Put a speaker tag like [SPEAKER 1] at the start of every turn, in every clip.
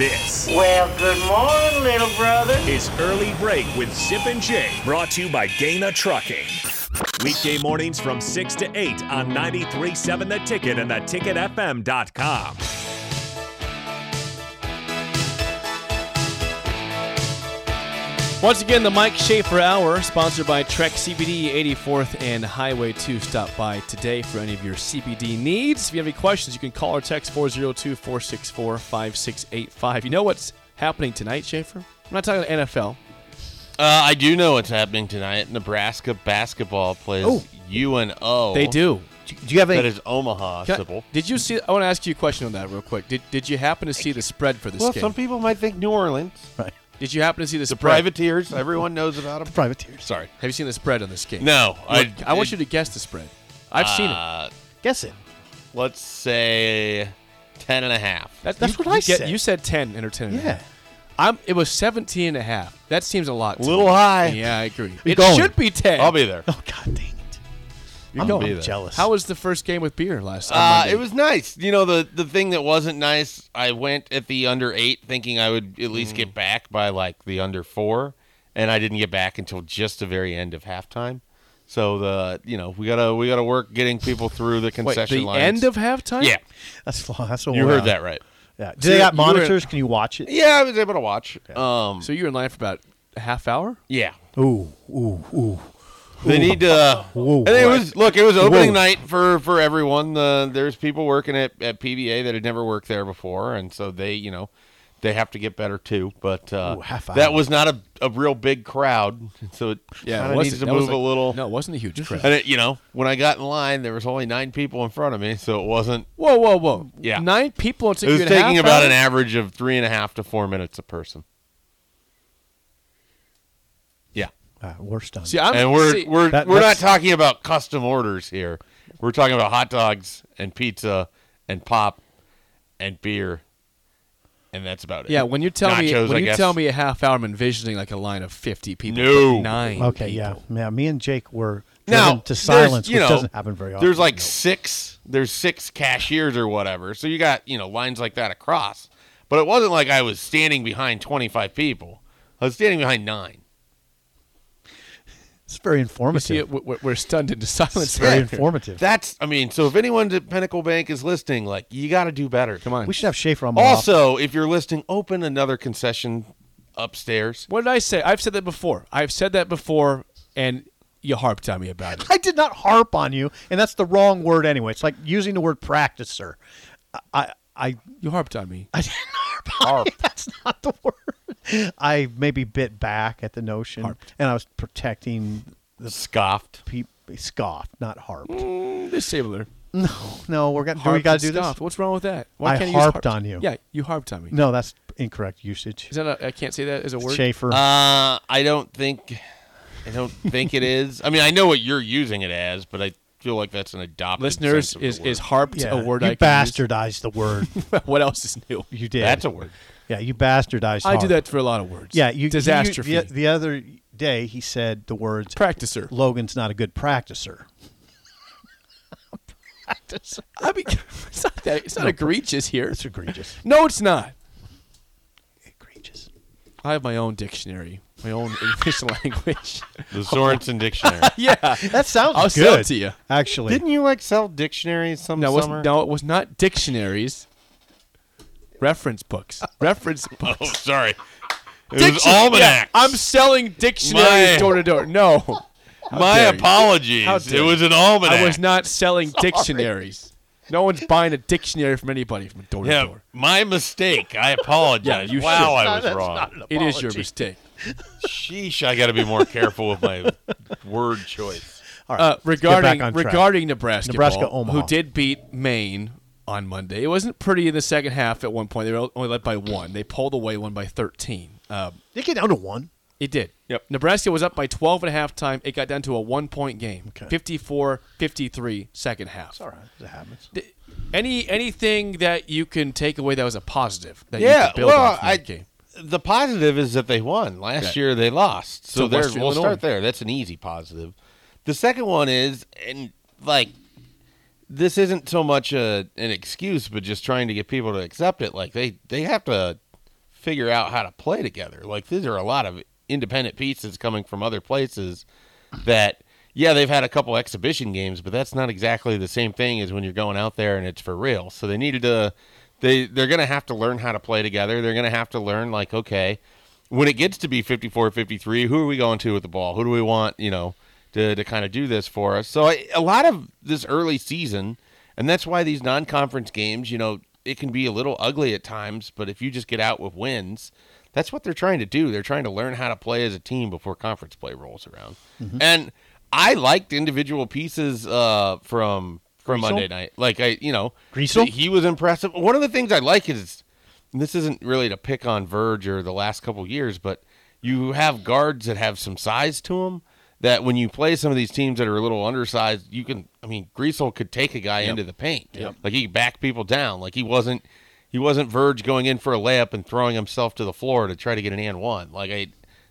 [SPEAKER 1] Yes.
[SPEAKER 2] Well, good morning, little brother.
[SPEAKER 1] It's Early Break with Zip and Jay, brought to you by Gaina Trucking. Weekday mornings from 6 to 8 on 93.7 The Ticket and theticketfm.com.
[SPEAKER 3] Once again, the Mike Schaefer Hour, sponsored by Trek CBD 84th and Highway 2. Stop by today for any of your CBD needs. If you have any questions, you can call or text 402 464 5685. You know what's happening tonight, Schaefer? I'm not talking NFL.
[SPEAKER 4] Uh, I do know what's happening tonight. Nebraska basketball plays
[SPEAKER 3] Oh.
[SPEAKER 4] UNO.
[SPEAKER 3] They do.
[SPEAKER 5] Oh. Do do you have
[SPEAKER 4] That
[SPEAKER 5] any?
[SPEAKER 4] is Omaha,
[SPEAKER 3] Can I-
[SPEAKER 4] Sybil.
[SPEAKER 3] did you see? I want to ask you a question on that real quick. Did, did you happen to see the spread for this
[SPEAKER 4] Well,
[SPEAKER 3] game?
[SPEAKER 4] some people might think New Orleans.
[SPEAKER 3] did you happen to see the, spread?
[SPEAKER 4] Privateers. Everyone knows about them.
[SPEAKER 5] Privateers.
[SPEAKER 4] Sorry.
[SPEAKER 3] Have you seen the spread on this game?
[SPEAKER 4] No. Uh,
[SPEAKER 3] Look, I, want you to guess the spread. I've seen it.
[SPEAKER 5] Guess it.
[SPEAKER 4] Let's say ten and a half.
[SPEAKER 3] That-
[SPEAKER 5] That's
[SPEAKER 3] you-
[SPEAKER 5] what I
[SPEAKER 3] you get-
[SPEAKER 5] said.
[SPEAKER 3] You said 10 and or 10 and a
[SPEAKER 5] Yeah.
[SPEAKER 3] half. I'm, it was 17 and a half. That seems a lot. to
[SPEAKER 4] Little
[SPEAKER 3] me.
[SPEAKER 4] high.
[SPEAKER 3] Yeah, I agree.
[SPEAKER 5] You're
[SPEAKER 3] it
[SPEAKER 5] going.
[SPEAKER 3] should be 10.
[SPEAKER 4] I'll be there.
[SPEAKER 5] Oh God, dang it!
[SPEAKER 4] You're
[SPEAKER 5] I'm,
[SPEAKER 4] going.
[SPEAKER 5] I'm
[SPEAKER 4] Be there.
[SPEAKER 5] jealous.
[SPEAKER 3] How was the first game with beer last on
[SPEAKER 4] Uh,
[SPEAKER 3] Monday?
[SPEAKER 4] it was nice. You know, the the thing that wasn't nice, I went at the under eight thinking I would at least
[SPEAKER 3] Mm.
[SPEAKER 4] get back by like the under four, and I didn't get back until just the very end of halftime. So the you know we gotta we gotta work getting people through the
[SPEAKER 3] Wait,
[SPEAKER 4] concession
[SPEAKER 3] the
[SPEAKER 4] lines.
[SPEAKER 3] end of halftime?
[SPEAKER 4] yeah,
[SPEAKER 5] That's that's what
[SPEAKER 4] you
[SPEAKER 5] we're
[SPEAKER 4] heard
[SPEAKER 5] on.
[SPEAKER 4] that right.
[SPEAKER 5] Yeah. Do
[SPEAKER 3] So
[SPEAKER 5] they
[SPEAKER 3] you-
[SPEAKER 5] got
[SPEAKER 3] you were-
[SPEAKER 5] monitors? Can you watch it?
[SPEAKER 4] Yeah, I was able to watch. Um,
[SPEAKER 3] So you were in line for about a half hour?
[SPEAKER 4] yeah,
[SPEAKER 5] Ooh, ooh, ooh.
[SPEAKER 4] They need to. uh,
[SPEAKER 5] Whoa.
[SPEAKER 4] and it was look. It was opening
[SPEAKER 5] Whoa.
[SPEAKER 4] night for for everyone. The, there's people working at, at PBA that had never worked there before, and so they you know they have to get better too. But uh,
[SPEAKER 5] Ooh, half
[SPEAKER 4] that
[SPEAKER 5] hour.
[SPEAKER 4] was not a, a real big crowd, so it
[SPEAKER 3] Yeah,
[SPEAKER 4] kind
[SPEAKER 3] it
[SPEAKER 4] of
[SPEAKER 3] wasn't-
[SPEAKER 4] needs to
[SPEAKER 3] that was
[SPEAKER 4] move a
[SPEAKER 3] like-
[SPEAKER 4] little.
[SPEAKER 3] No, it wasn't a huge crowd.
[SPEAKER 4] And it, you know, when I got in line, there was only nine people in front of me, so it wasn't.
[SPEAKER 3] Whoa, whoa, whoa.
[SPEAKER 4] Yeah.
[SPEAKER 3] Nine people it took
[SPEAKER 4] It was
[SPEAKER 3] you a
[SPEAKER 4] taking
[SPEAKER 3] half
[SPEAKER 4] about
[SPEAKER 3] hour?
[SPEAKER 4] an average of three and a half to four minutes a person. Yeah.
[SPEAKER 5] Uh, we're stunned.
[SPEAKER 3] See, I'm,
[SPEAKER 4] and we're
[SPEAKER 3] see,
[SPEAKER 4] we're
[SPEAKER 5] That-
[SPEAKER 4] we're not
[SPEAKER 5] that's-
[SPEAKER 4] talking about custom orders here. We're talking about hot dogs and pizza and pop and beer, and that's about it.
[SPEAKER 3] yeah, when you tell
[SPEAKER 4] Nachos,
[SPEAKER 3] me when
[SPEAKER 4] I
[SPEAKER 3] you
[SPEAKER 4] guess.
[SPEAKER 3] tell me a half hour, I'm envisioning like a line of 50 people.
[SPEAKER 4] No.
[SPEAKER 3] but Nine.
[SPEAKER 5] okay,
[SPEAKER 3] people.
[SPEAKER 5] yeah, yeah. Me and Jake were
[SPEAKER 4] now
[SPEAKER 5] driven to
[SPEAKER 4] there's,
[SPEAKER 5] silence,
[SPEAKER 4] you
[SPEAKER 5] which
[SPEAKER 4] know,
[SPEAKER 5] doesn't happen very often.
[SPEAKER 4] There's like
[SPEAKER 5] No.
[SPEAKER 4] six. There's six cashiers or whatever. So you got you know lines like that across. But it wasn't like I was standing behind 25 people. I was standing behind nine.
[SPEAKER 5] it's very
[SPEAKER 3] You see, it,
[SPEAKER 5] informative.
[SPEAKER 3] we're, we're stunned into silence.
[SPEAKER 5] It's very
[SPEAKER 3] right here.
[SPEAKER 5] informative.
[SPEAKER 4] That's I mean. So if anyone at Pinnacle Bank is listening, like you got to do better.
[SPEAKER 3] Come on.
[SPEAKER 5] we should have Schaefer on. more often.
[SPEAKER 4] Also, if you're listening, open another concession upstairs.
[SPEAKER 3] What did I say? I've said that before. I've said that before, and you harped on me about it.
[SPEAKER 5] I did not harp on you, and that's the wrong word anyway. It's like using the word practicer. I, I, I
[SPEAKER 3] You harped on me.
[SPEAKER 5] I didn't harp. on you. That's not the word. I maybe bit back at the notion, and I was protecting the
[SPEAKER 4] Scoffed.
[SPEAKER 5] people. Scoffed, not harped.
[SPEAKER 3] Disabler.
[SPEAKER 5] No, we're gonna. Do we
[SPEAKER 3] Harped
[SPEAKER 5] gotta
[SPEAKER 3] Mm. and
[SPEAKER 5] do this?
[SPEAKER 3] stuff. What's wrong with that? Why
[SPEAKER 5] I
[SPEAKER 3] can't you
[SPEAKER 5] harped
[SPEAKER 3] use
[SPEAKER 5] on you.
[SPEAKER 3] Yeah, you harped on me.
[SPEAKER 5] No, that's incorrect usage.
[SPEAKER 3] Is that a, I can't say that as a word.
[SPEAKER 5] Schaefer.
[SPEAKER 4] Uh, I don't think, I don't think it is. I mean, I know what you're using it as, but I feel like that's an adopted. sense
[SPEAKER 3] Listeners,
[SPEAKER 4] of the
[SPEAKER 3] is,
[SPEAKER 4] word.
[SPEAKER 3] is harped
[SPEAKER 5] yeah,
[SPEAKER 3] a word
[SPEAKER 5] you
[SPEAKER 3] I can use?
[SPEAKER 5] bastardized the word.
[SPEAKER 3] what else is new?
[SPEAKER 5] You did.
[SPEAKER 4] that's a word.
[SPEAKER 5] Yeah, you bastardized.
[SPEAKER 3] I do
[SPEAKER 5] harp.
[SPEAKER 3] that for a lot of words.
[SPEAKER 5] Yeah, you
[SPEAKER 3] Disaster
[SPEAKER 5] You,
[SPEAKER 3] fee.
[SPEAKER 5] the, the other day, he said the words.
[SPEAKER 3] Practicer.
[SPEAKER 5] Logan's not a good practicer.
[SPEAKER 3] I mean, it's not that. It's not egregious here.
[SPEAKER 5] It's egregious.
[SPEAKER 3] No, it's not.
[SPEAKER 5] egregious.
[SPEAKER 3] I have my own dictionary, my own English language.
[SPEAKER 4] The Sorensen dictionary.
[SPEAKER 3] Yeah.
[SPEAKER 5] That sounds
[SPEAKER 3] I'll
[SPEAKER 5] good.
[SPEAKER 3] sell it to you.
[SPEAKER 5] Actually,
[SPEAKER 4] Didn't you like sell dictionaries some
[SPEAKER 3] No, it was,
[SPEAKER 4] summer?
[SPEAKER 3] no, it was not dictionaries. Reference books. Reference books.
[SPEAKER 4] Oh, sorry. It was
[SPEAKER 3] Diction-
[SPEAKER 4] almanacs.
[SPEAKER 3] Yeah, I'm selling dictionaries
[SPEAKER 4] My-
[SPEAKER 3] door to door. No. How
[SPEAKER 4] My
[SPEAKER 3] dare you.
[SPEAKER 4] apologies.
[SPEAKER 3] How
[SPEAKER 4] It
[SPEAKER 3] dare
[SPEAKER 4] was
[SPEAKER 3] you.
[SPEAKER 4] an almanac.
[SPEAKER 3] I was not selling dictionaries. No one's buying a dictionary from anybody from door to
[SPEAKER 4] Yeah,
[SPEAKER 3] door.
[SPEAKER 4] my mistake. I apologize.
[SPEAKER 3] Yeah, you
[SPEAKER 4] wow,
[SPEAKER 3] should.
[SPEAKER 4] I was wrong.
[SPEAKER 3] It is your mistake.
[SPEAKER 4] Sheesh, I got to be more careful with my word choice.
[SPEAKER 5] All right,
[SPEAKER 3] Uh,
[SPEAKER 5] let's get back
[SPEAKER 3] regarding
[SPEAKER 5] on track.
[SPEAKER 3] regarding Nebraska,
[SPEAKER 5] Nebraska,
[SPEAKER 3] ball,
[SPEAKER 5] Omaha.
[SPEAKER 3] who did beat Maine on Monday. It wasn't pretty in the second half. At one point, they were only led by one. They pulled away one by thirteen. Uh,
[SPEAKER 5] They get down to one.
[SPEAKER 3] It did.
[SPEAKER 4] Yep.
[SPEAKER 3] Nebraska was up by 12 at halftime. It got down to a one point game.
[SPEAKER 5] Okay.
[SPEAKER 3] 54 53 second half.
[SPEAKER 5] All right, it happens.
[SPEAKER 3] Any anything that you can take away that was a positive that you
[SPEAKER 4] Yeah,
[SPEAKER 3] could build
[SPEAKER 4] well,
[SPEAKER 3] off from
[SPEAKER 4] I-
[SPEAKER 3] that game?
[SPEAKER 4] the positive is that they won. Last
[SPEAKER 3] Right.
[SPEAKER 4] year they lost. So
[SPEAKER 3] To
[SPEAKER 4] there
[SPEAKER 3] Western
[SPEAKER 4] we'll
[SPEAKER 3] Illinois.
[SPEAKER 4] start there. That's an easy positive. The second one is and like this isn't so much a, an excuse but just trying to get people to accept it like they they have to figure out how to play together. Like these are a lot of independent pieces coming from other places that yeah, they've had a couple exhibition games, but that's not exactly the same thing as when you're going out there and it's for real. So they needed to they they're going to have to learn how to play together. They're going to have to learn like okay, when it gets to be 54 53, who are we going to with the ball? Who do we want, you know, to, to kind of do this for us? So I, a lot of this early season, and that's why these non conference games, you know, it can be a little ugly at times, but if you just get out with wins, that's what they're trying to do. They're trying to learn how to play as a team before conference play rolls around. And I liked individual pieces uh, from from Monday night. Like I, you know,
[SPEAKER 5] Greasel?
[SPEAKER 4] he was impressive. One of the things I like is and this isn't really to pick on Verge or the last couple years, but you have guards that have some size to them. That when you play some of these teams that are a little undersized, you can. I mean, Greasel could take a guy into the paint. Like he could back people down. Like he wasn't. He wasn't Verge going in for a layup and throwing himself to the floor to try to get an and one. Like I,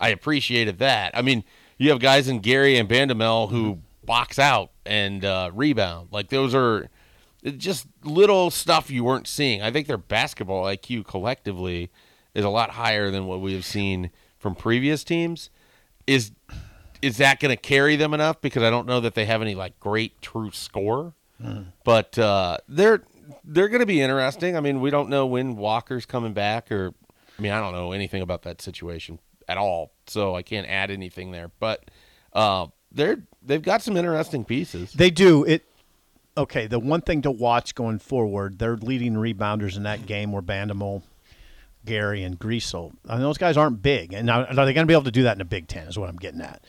[SPEAKER 4] I appreciated that. I mean, you have guys in Gary and Bandamel who box out and uh, rebound. Like those are it's just little stuff you weren't seeing. I think their basketball IQ collectively is a lot higher than what we have seen from previous teams. Is is that going to carry them enough? Because I don't know that they have any like great true score, but uh, they're they're going to be interesting. I mean, we don't know when Walker's coming back, or I mean, I don't know anything about that situation at all, so I can't add anything there. But uh, they're they've got some interesting pieces.
[SPEAKER 5] They do it. Okay, the one thing to watch going forward, their leading rebounders in that game were Bandamol, Gary, and Greasel. And those guys aren't big. And now, are they going to be able to do that in the Big Ten? Is what I'm getting at.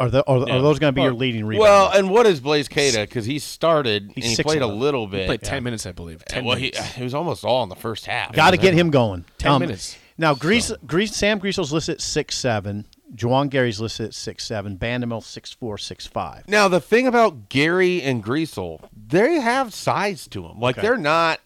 [SPEAKER 5] Are, the, are, are those going to be your leading rebounders?
[SPEAKER 4] Well, and what is Blaze Cada? Because he started
[SPEAKER 5] He's
[SPEAKER 4] and he
[SPEAKER 5] six
[SPEAKER 4] played a
[SPEAKER 5] and
[SPEAKER 4] little bit.
[SPEAKER 3] Played ten minutes, I believe. Ten
[SPEAKER 4] well, he,
[SPEAKER 3] minutes.
[SPEAKER 4] he was almost all in the first half.
[SPEAKER 5] Got to get him going. Um,
[SPEAKER 3] 10 minutes.
[SPEAKER 5] Now, Grease, Grease, Sam Greasel's listed at six seven. Juwan Gary's listed at six seven. Bandamel six four six five.
[SPEAKER 4] Now the thing about Gary and Greasel, they have size to them. Like they're not.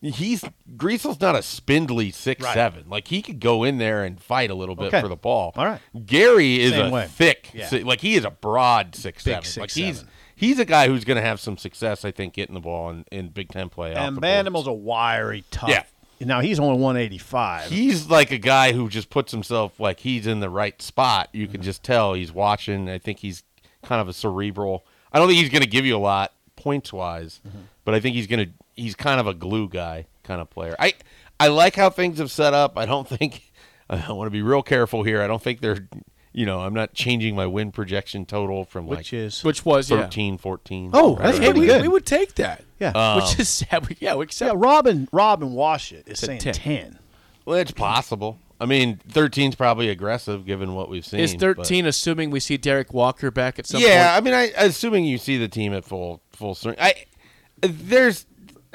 [SPEAKER 4] He's Greasel's not a spindly six seven. Like he could go in there and fight a little bit
[SPEAKER 5] Okay.
[SPEAKER 4] for the ball.
[SPEAKER 5] All right.
[SPEAKER 4] Gary is
[SPEAKER 5] Same
[SPEAKER 4] a
[SPEAKER 5] way.
[SPEAKER 4] thick,
[SPEAKER 5] Yeah.
[SPEAKER 4] si- like he is a broad six seven.
[SPEAKER 5] six,
[SPEAKER 4] like he's
[SPEAKER 5] seven.
[SPEAKER 4] he's a guy who's going to have some success, I think, getting the ball in, in Big Ten play. off
[SPEAKER 5] And
[SPEAKER 4] the boards.
[SPEAKER 5] Bandamel's a wiry tough.
[SPEAKER 4] Yeah.
[SPEAKER 5] Now he's only one eighty five.
[SPEAKER 4] He's like a guy who just puts himself like he's in the right spot. You
[SPEAKER 5] Mm-hmm.
[SPEAKER 4] can just tell he's watching. I think he's kind of a cerebral. I don't think he's going to give you a lot points wise,
[SPEAKER 5] Mm-hmm.
[SPEAKER 4] but I think he's going to he's kind of a glue guy kind of player. I I like how things have set up. I don't think I want to be real careful here. I don't think they're you know, I'm not changing my win projection total from like
[SPEAKER 5] which is
[SPEAKER 3] Which was yeah.
[SPEAKER 4] 13 14.
[SPEAKER 5] Oh, that's
[SPEAKER 3] Hey,
[SPEAKER 5] pretty
[SPEAKER 3] we,
[SPEAKER 5] good.
[SPEAKER 3] we would take that.
[SPEAKER 5] Yeah.
[SPEAKER 4] Um,
[SPEAKER 3] Which is sad. We- Yeah, we
[SPEAKER 5] yeah,
[SPEAKER 3] accept.
[SPEAKER 5] Robin Robin Wash it is
[SPEAKER 3] a
[SPEAKER 5] saying
[SPEAKER 3] 10.
[SPEAKER 5] ten.
[SPEAKER 4] Well, it's possible. I mean, 13's probably aggressive given what we've seen.
[SPEAKER 3] Is
[SPEAKER 4] but-
[SPEAKER 3] 13 assuming we see Derek Walker back at some
[SPEAKER 4] yeah,
[SPEAKER 3] point?
[SPEAKER 4] I mean, I assuming you see the team at full full strength. I there's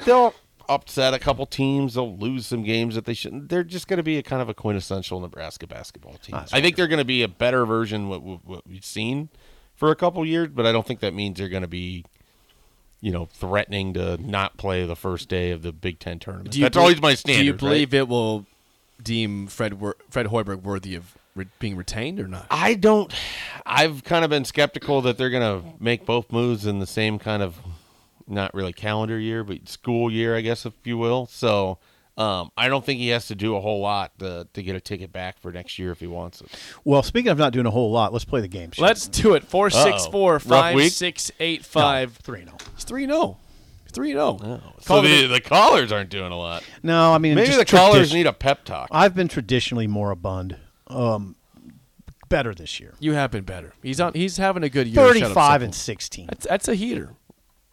[SPEAKER 4] they'll upset a couple teams. They'll lose some games that they shouldn't. They're just going to be a kind of a quintessential Nebraska basketball team. I think they're going to be a better version what what what we've seen for a couple years, but I don't think that means they're going to be. You know, threatening to not play the first day of the Big Ten tournament.
[SPEAKER 3] Do you
[SPEAKER 4] That's
[SPEAKER 3] bel-
[SPEAKER 4] always my standard.
[SPEAKER 3] Do you
[SPEAKER 4] right?
[SPEAKER 3] believe it will deem Fred Wor- Fred Hoiberg worthy of re- being retained or not?
[SPEAKER 4] I don't. I've kind of been skeptical that they're going to make both moves in the same kind of, not really calendar year, but school year, I guess, if you will. So um, I don't think he has to do a whole lot to, to get a ticket back for next year if he wants it.
[SPEAKER 5] Well, speaking of not doing a whole lot, let's play the game. shall
[SPEAKER 3] Let's do it. Four six four five
[SPEAKER 4] week?
[SPEAKER 3] six eight
[SPEAKER 5] we? No,
[SPEAKER 3] five.
[SPEAKER 5] three and oh.
[SPEAKER 3] It's three zero. Three oh. zero.
[SPEAKER 4] So the, the callers aren't doing a lot.
[SPEAKER 5] No, I mean
[SPEAKER 4] Maybe
[SPEAKER 5] just
[SPEAKER 4] the callers
[SPEAKER 5] tradi-
[SPEAKER 4] need a pep talk.
[SPEAKER 5] I've been traditionally moribund. Um, better this year.
[SPEAKER 3] You have been better. He's on. He's having a good year. Shut up,
[SPEAKER 5] Thirty-five
[SPEAKER 3] Sipple.
[SPEAKER 5] and sixteen.
[SPEAKER 3] That's, that's a heater.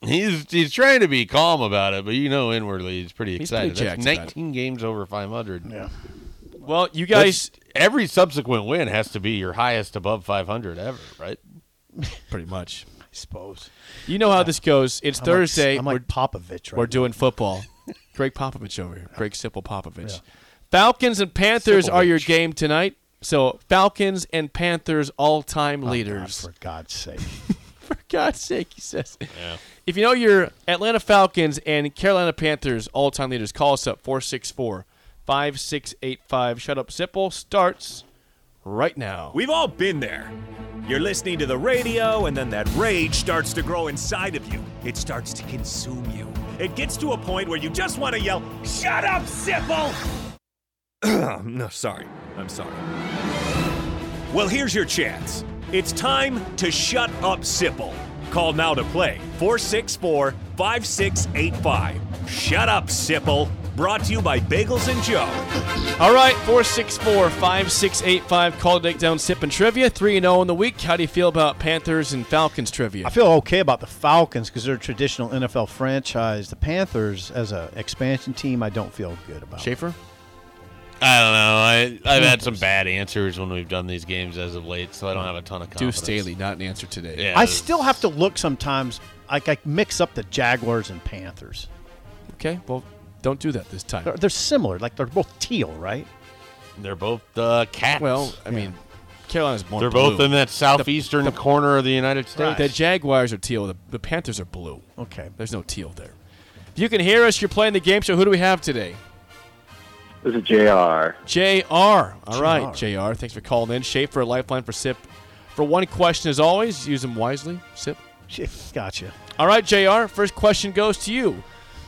[SPEAKER 4] He's he's trying to be calm about it, but you know inwardly he's pretty
[SPEAKER 3] He's
[SPEAKER 4] excited.
[SPEAKER 3] pretty
[SPEAKER 4] That's
[SPEAKER 3] jacked about it.
[SPEAKER 4] 19 games over 500.
[SPEAKER 5] Yeah.
[SPEAKER 3] Well, you
[SPEAKER 4] That's-
[SPEAKER 3] guys
[SPEAKER 4] every subsequent win has to be your highest above 500 ever, right?
[SPEAKER 3] pretty much.
[SPEAKER 5] I suppose.
[SPEAKER 3] You know how this goes. It's
[SPEAKER 5] I'm like-
[SPEAKER 3] Thursday.
[SPEAKER 5] I'm
[SPEAKER 3] We're-
[SPEAKER 5] like Popovich. Right
[SPEAKER 3] We're doing football. Greg Popovich over here. Greg Simple Popovich. Falcons and Panthers are your game tonight. So Falcons and Panthers all time
[SPEAKER 5] now. God,
[SPEAKER 3] leaders.
[SPEAKER 5] for God's sake.
[SPEAKER 3] for God's sake, he says. If you know your Atlanta Falcons and Carolina Panthers all time leaders, call us up 464 5685. Shut up, Simple starts right now.
[SPEAKER 1] We've all been there. You're listening to the radio, and then that rage starts to grow inside of you. It starts to consume you. It gets to a point where you just want to yell, Shut up, Sipple! no, sorry. I'm sorry. Well, here's your chance. It's time to shut up, Sipple. Call now to play 464 5685. Shut up, Sipple. Brought to you by Bagels and Joe.
[SPEAKER 3] All right, 464 5685. Call Dig Down Sip and Trivia. 3 0 in the week. How do you feel about Panthers and Falcons trivia?
[SPEAKER 5] I feel okay about the Falcons because they're a traditional NFL franchise. The Panthers, as an expansion team, I don't feel good about.
[SPEAKER 3] Schaefer?
[SPEAKER 4] Oh, I don't know. I, I've had some bad answers when we've done these games as of late, so I don't have a ton of
[SPEAKER 3] Deuce
[SPEAKER 4] confidence.
[SPEAKER 3] Staley, not an answer today.
[SPEAKER 4] Yeah,
[SPEAKER 5] I
[SPEAKER 4] that's-
[SPEAKER 5] still have to look sometimes. Like I mix up the Jaguars and Panthers.
[SPEAKER 3] Okay, well, don't do that this time.
[SPEAKER 5] They're, they're similar. Like they're both teal, right?
[SPEAKER 4] They're both uh, cats.
[SPEAKER 3] Well, I mean, Carolina's more
[SPEAKER 4] they're
[SPEAKER 3] blue.
[SPEAKER 4] both in that southeastern corner of the United States.
[SPEAKER 3] The Jaguars are teal. The, the Panthers are blue.
[SPEAKER 5] Okay.
[SPEAKER 3] There's no teal there. If you can hear us, you're playing the game show. Who do we have today?
[SPEAKER 6] This is JR.
[SPEAKER 3] JR. All right, JR. Thanks for calling in. Schaefer, Lifeline for SIP. For one question, as always, use them wisely. SIP.
[SPEAKER 5] Gotcha.
[SPEAKER 3] All right, JR. First question goes to you.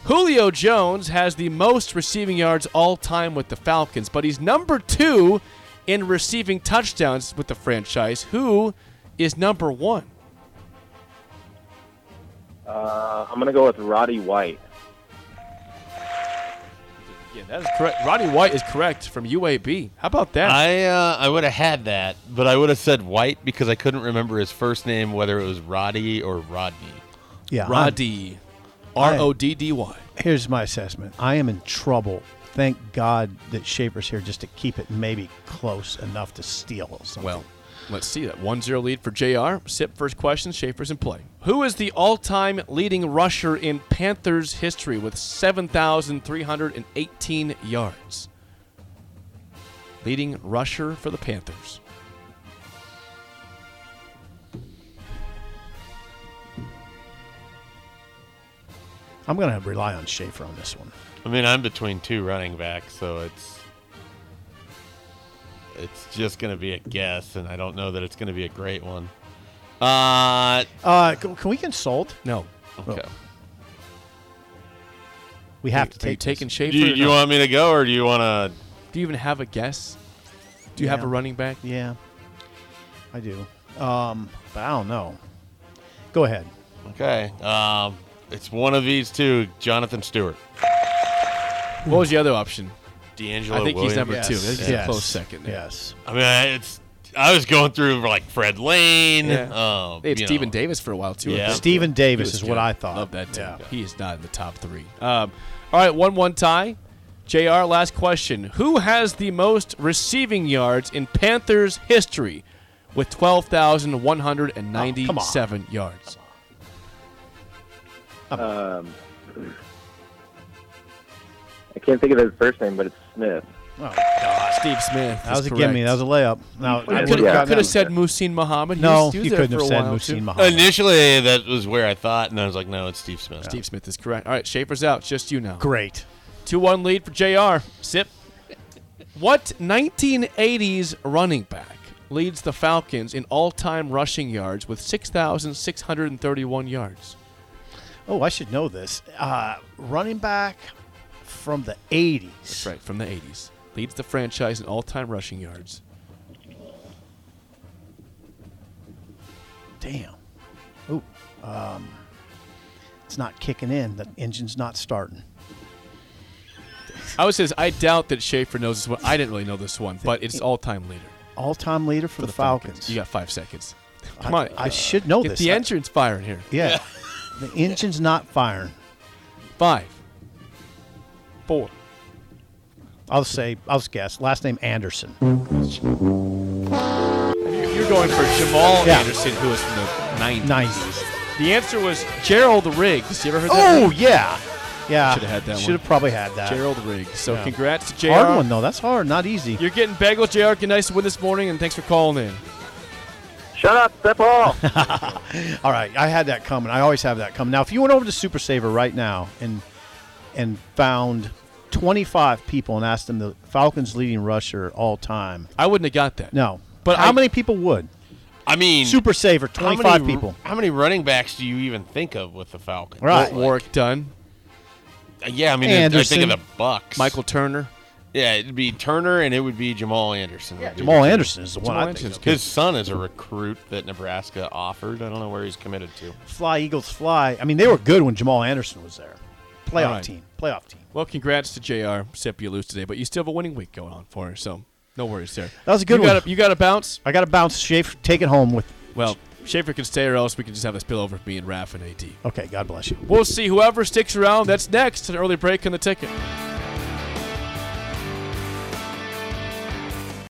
[SPEAKER 3] Julio Jones has the most receiving yards all time with the Falcons, but he's number two in receiving touchdowns with the franchise. Who is number one?
[SPEAKER 6] Uh, I'm gonna go with Roddy White.
[SPEAKER 3] Yeah, that is correct. Roddy White is correct from UAB. How about that?
[SPEAKER 4] I uh, I would have had that, but I would have said White because I couldn't remember his first name, whether it was Roddy or Rodney.
[SPEAKER 5] Yeah. I'm-
[SPEAKER 3] Roddy. R O D D Y.
[SPEAKER 5] here's my assessment. I am in trouble. Thank God that Schaefer's here just to keep it maybe close enough to steal something.
[SPEAKER 3] Well, let's see that. 1 0 lead for JR. Sip first question. Schaefer's in play. Who is the all time leading rusher in Panthers history with 7,318 yards? Leading rusher for the Panthers.
[SPEAKER 5] I'm going to rely on Schaefer on this one.
[SPEAKER 4] I mean, I'm between two running backs, so it's it's just going to be a guess, and I don't know that it's going to be a great one. Uh,
[SPEAKER 5] Uh, c- can we consult?
[SPEAKER 3] No.
[SPEAKER 4] okay.
[SPEAKER 5] We have to
[SPEAKER 3] Are you
[SPEAKER 5] take
[SPEAKER 3] taking
[SPEAKER 5] this.
[SPEAKER 3] Schaefer?
[SPEAKER 4] Do you,
[SPEAKER 3] or
[SPEAKER 4] you
[SPEAKER 3] not?
[SPEAKER 4] want me to go, or do you want to?
[SPEAKER 3] Do you even have a guess? Do you have
[SPEAKER 5] Yeah.
[SPEAKER 3] a running back?
[SPEAKER 5] Yeah, I do. Um, but I don't know. Go ahead.
[SPEAKER 4] Okay. Um, it's one of these two, Jonathan Stewart,
[SPEAKER 3] What was the other option?
[SPEAKER 4] D'Angelo.
[SPEAKER 3] I think he's
[SPEAKER 4] Williams.
[SPEAKER 3] number two. That's a close second. There.
[SPEAKER 5] Yes.
[SPEAKER 4] I mean, I- it's. I was going through like Fred Lane.
[SPEAKER 3] Yeah.
[SPEAKER 4] Um,
[SPEAKER 3] they had
[SPEAKER 4] you
[SPEAKER 3] Stephen
[SPEAKER 4] know.
[SPEAKER 3] Davis for a while too. I
[SPEAKER 4] Yeah.
[SPEAKER 3] think.
[SPEAKER 5] Stephen Davis
[SPEAKER 3] He was
[SPEAKER 5] is what
[SPEAKER 3] good.
[SPEAKER 5] I thought.
[SPEAKER 3] Love that team.
[SPEAKER 5] Yeah.
[SPEAKER 3] He is not in the top three. Um, all right, one-one tie. Jr. Last question: Who has the most receiving yards in Panthers history, with twelve thousand one hundred and ninety-seven yards?
[SPEAKER 6] Um, I can't think of his first name, but it's Smith.
[SPEAKER 5] Well,
[SPEAKER 3] Steve Smith.
[SPEAKER 5] that was a gimme. That was a layup. Now I
[SPEAKER 6] I
[SPEAKER 5] would
[SPEAKER 3] could,
[SPEAKER 6] would've Yeah.
[SPEAKER 5] have
[SPEAKER 3] could
[SPEAKER 5] gotten
[SPEAKER 3] have
[SPEAKER 5] that.
[SPEAKER 3] said Musin Muhammad. He
[SPEAKER 5] No,
[SPEAKER 3] was- he was
[SPEAKER 5] you
[SPEAKER 3] there
[SPEAKER 5] couldn't have
[SPEAKER 3] for a
[SPEAKER 5] said
[SPEAKER 3] while, too.
[SPEAKER 5] Musin Muhammad.
[SPEAKER 4] Initially, that was where I thought, and I was like, no, it's Steve Smith.
[SPEAKER 3] Steve Smith is correct. All right, Schaefer's out. Just you now.
[SPEAKER 5] Great.
[SPEAKER 3] 2 1 lead for JR. Sip. What 1980s running back leads the Falcons in all time rushing yards with 6,631 yards?
[SPEAKER 5] Oh, I should know this. Uh, running back from the '80s.
[SPEAKER 3] That's right, from the 80s. Leads the franchise in all time rushing yards.
[SPEAKER 5] Damn. Ooh. Um, it's not kicking in. The engine's not starting.
[SPEAKER 3] I would say this, I doubt that Schaefer knows this one. I didn't really know this one, but it's all time leader.
[SPEAKER 5] All-time leader for,
[SPEAKER 3] for
[SPEAKER 5] the, Falcons.
[SPEAKER 3] You got five seconds.
[SPEAKER 5] I-
[SPEAKER 3] Come on.
[SPEAKER 5] I, should know
[SPEAKER 3] Get
[SPEAKER 5] this.
[SPEAKER 3] the
[SPEAKER 5] I-
[SPEAKER 3] engine's firing here.
[SPEAKER 5] Yeah. the engine's not firing.
[SPEAKER 3] Five. Four.
[SPEAKER 5] I'll say. I'll just guess. Last name Anderson.
[SPEAKER 3] You're going for Jamal
[SPEAKER 5] Yeah.
[SPEAKER 3] Anderson, who is from the 90s.
[SPEAKER 5] Nineties.
[SPEAKER 3] The answer was Gerald Riggs. You ever heard that?
[SPEAKER 5] Oh yeah. Yeah.
[SPEAKER 3] Should've had that
[SPEAKER 5] Should have
[SPEAKER 3] one.
[SPEAKER 5] probably had that.
[SPEAKER 3] Gerald Riggs. So
[SPEAKER 5] Yeah.
[SPEAKER 3] congrats to JR.
[SPEAKER 5] Hard one though. That's hard. Not easy.
[SPEAKER 3] You're getting bagels, JR. Good nice win this morning, and thanks for calling in.
[SPEAKER 6] Shut up, Sipple.
[SPEAKER 5] All right, I had that coming. I always have that coming. Now, if you went over to Super Saver right now and and found 25 people and asked them the Falcons leading rusher all time,
[SPEAKER 3] I wouldn't have got that.
[SPEAKER 5] no.
[SPEAKER 3] But
[SPEAKER 5] But how
[SPEAKER 3] I-
[SPEAKER 5] many people would?
[SPEAKER 4] I mean,
[SPEAKER 5] Super Saver,
[SPEAKER 4] how
[SPEAKER 5] 25
[SPEAKER 4] many ru-
[SPEAKER 5] people.
[SPEAKER 4] How many running backs do you even think of with the Falcons? uh,
[SPEAKER 5] Right.
[SPEAKER 3] Warwick Dunn,
[SPEAKER 4] Yeah, I mean, I- I think
[SPEAKER 5] Anderson.
[SPEAKER 4] of the Bucks.
[SPEAKER 3] Michael Turner.
[SPEAKER 4] Yeah, it'd be Turner and it would be Jamal Anderson. would be the
[SPEAKER 5] Jamal
[SPEAKER 4] two.
[SPEAKER 5] Anderson is the one I think.
[SPEAKER 3] Anderson's
[SPEAKER 4] His son is a recruit that Nebraska offered. I don't know where he's committed to.
[SPEAKER 5] Fly Eagles fly. I mean, they were good when Jamal Anderson was there. Playoff
[SPEAKER 3] All right.
[SPEAKER 5] team. Playoff team.
[SPEAKER 3] Well, congrats to JR. Sip, you lose today, but you still have a winning week going on for her, so no worries there.
[SPEAKER 5] That was a
[SPEAKER 3] you
[SPEAKER 5] good one.
[SPEAKER 3] Got a, you got a bounce.
[SPEAKER 5] I got to bounce. Schaefer, take it home with.
[SPEAKER 3] Well, Schaefer can stay, or else we can just have a spillover of me and Raph and AD.
[SPEAKER 5] Okay, God bless you.
[SPEAKER 3] We'll see whoever sticks around. That's next. An early break in the ticket.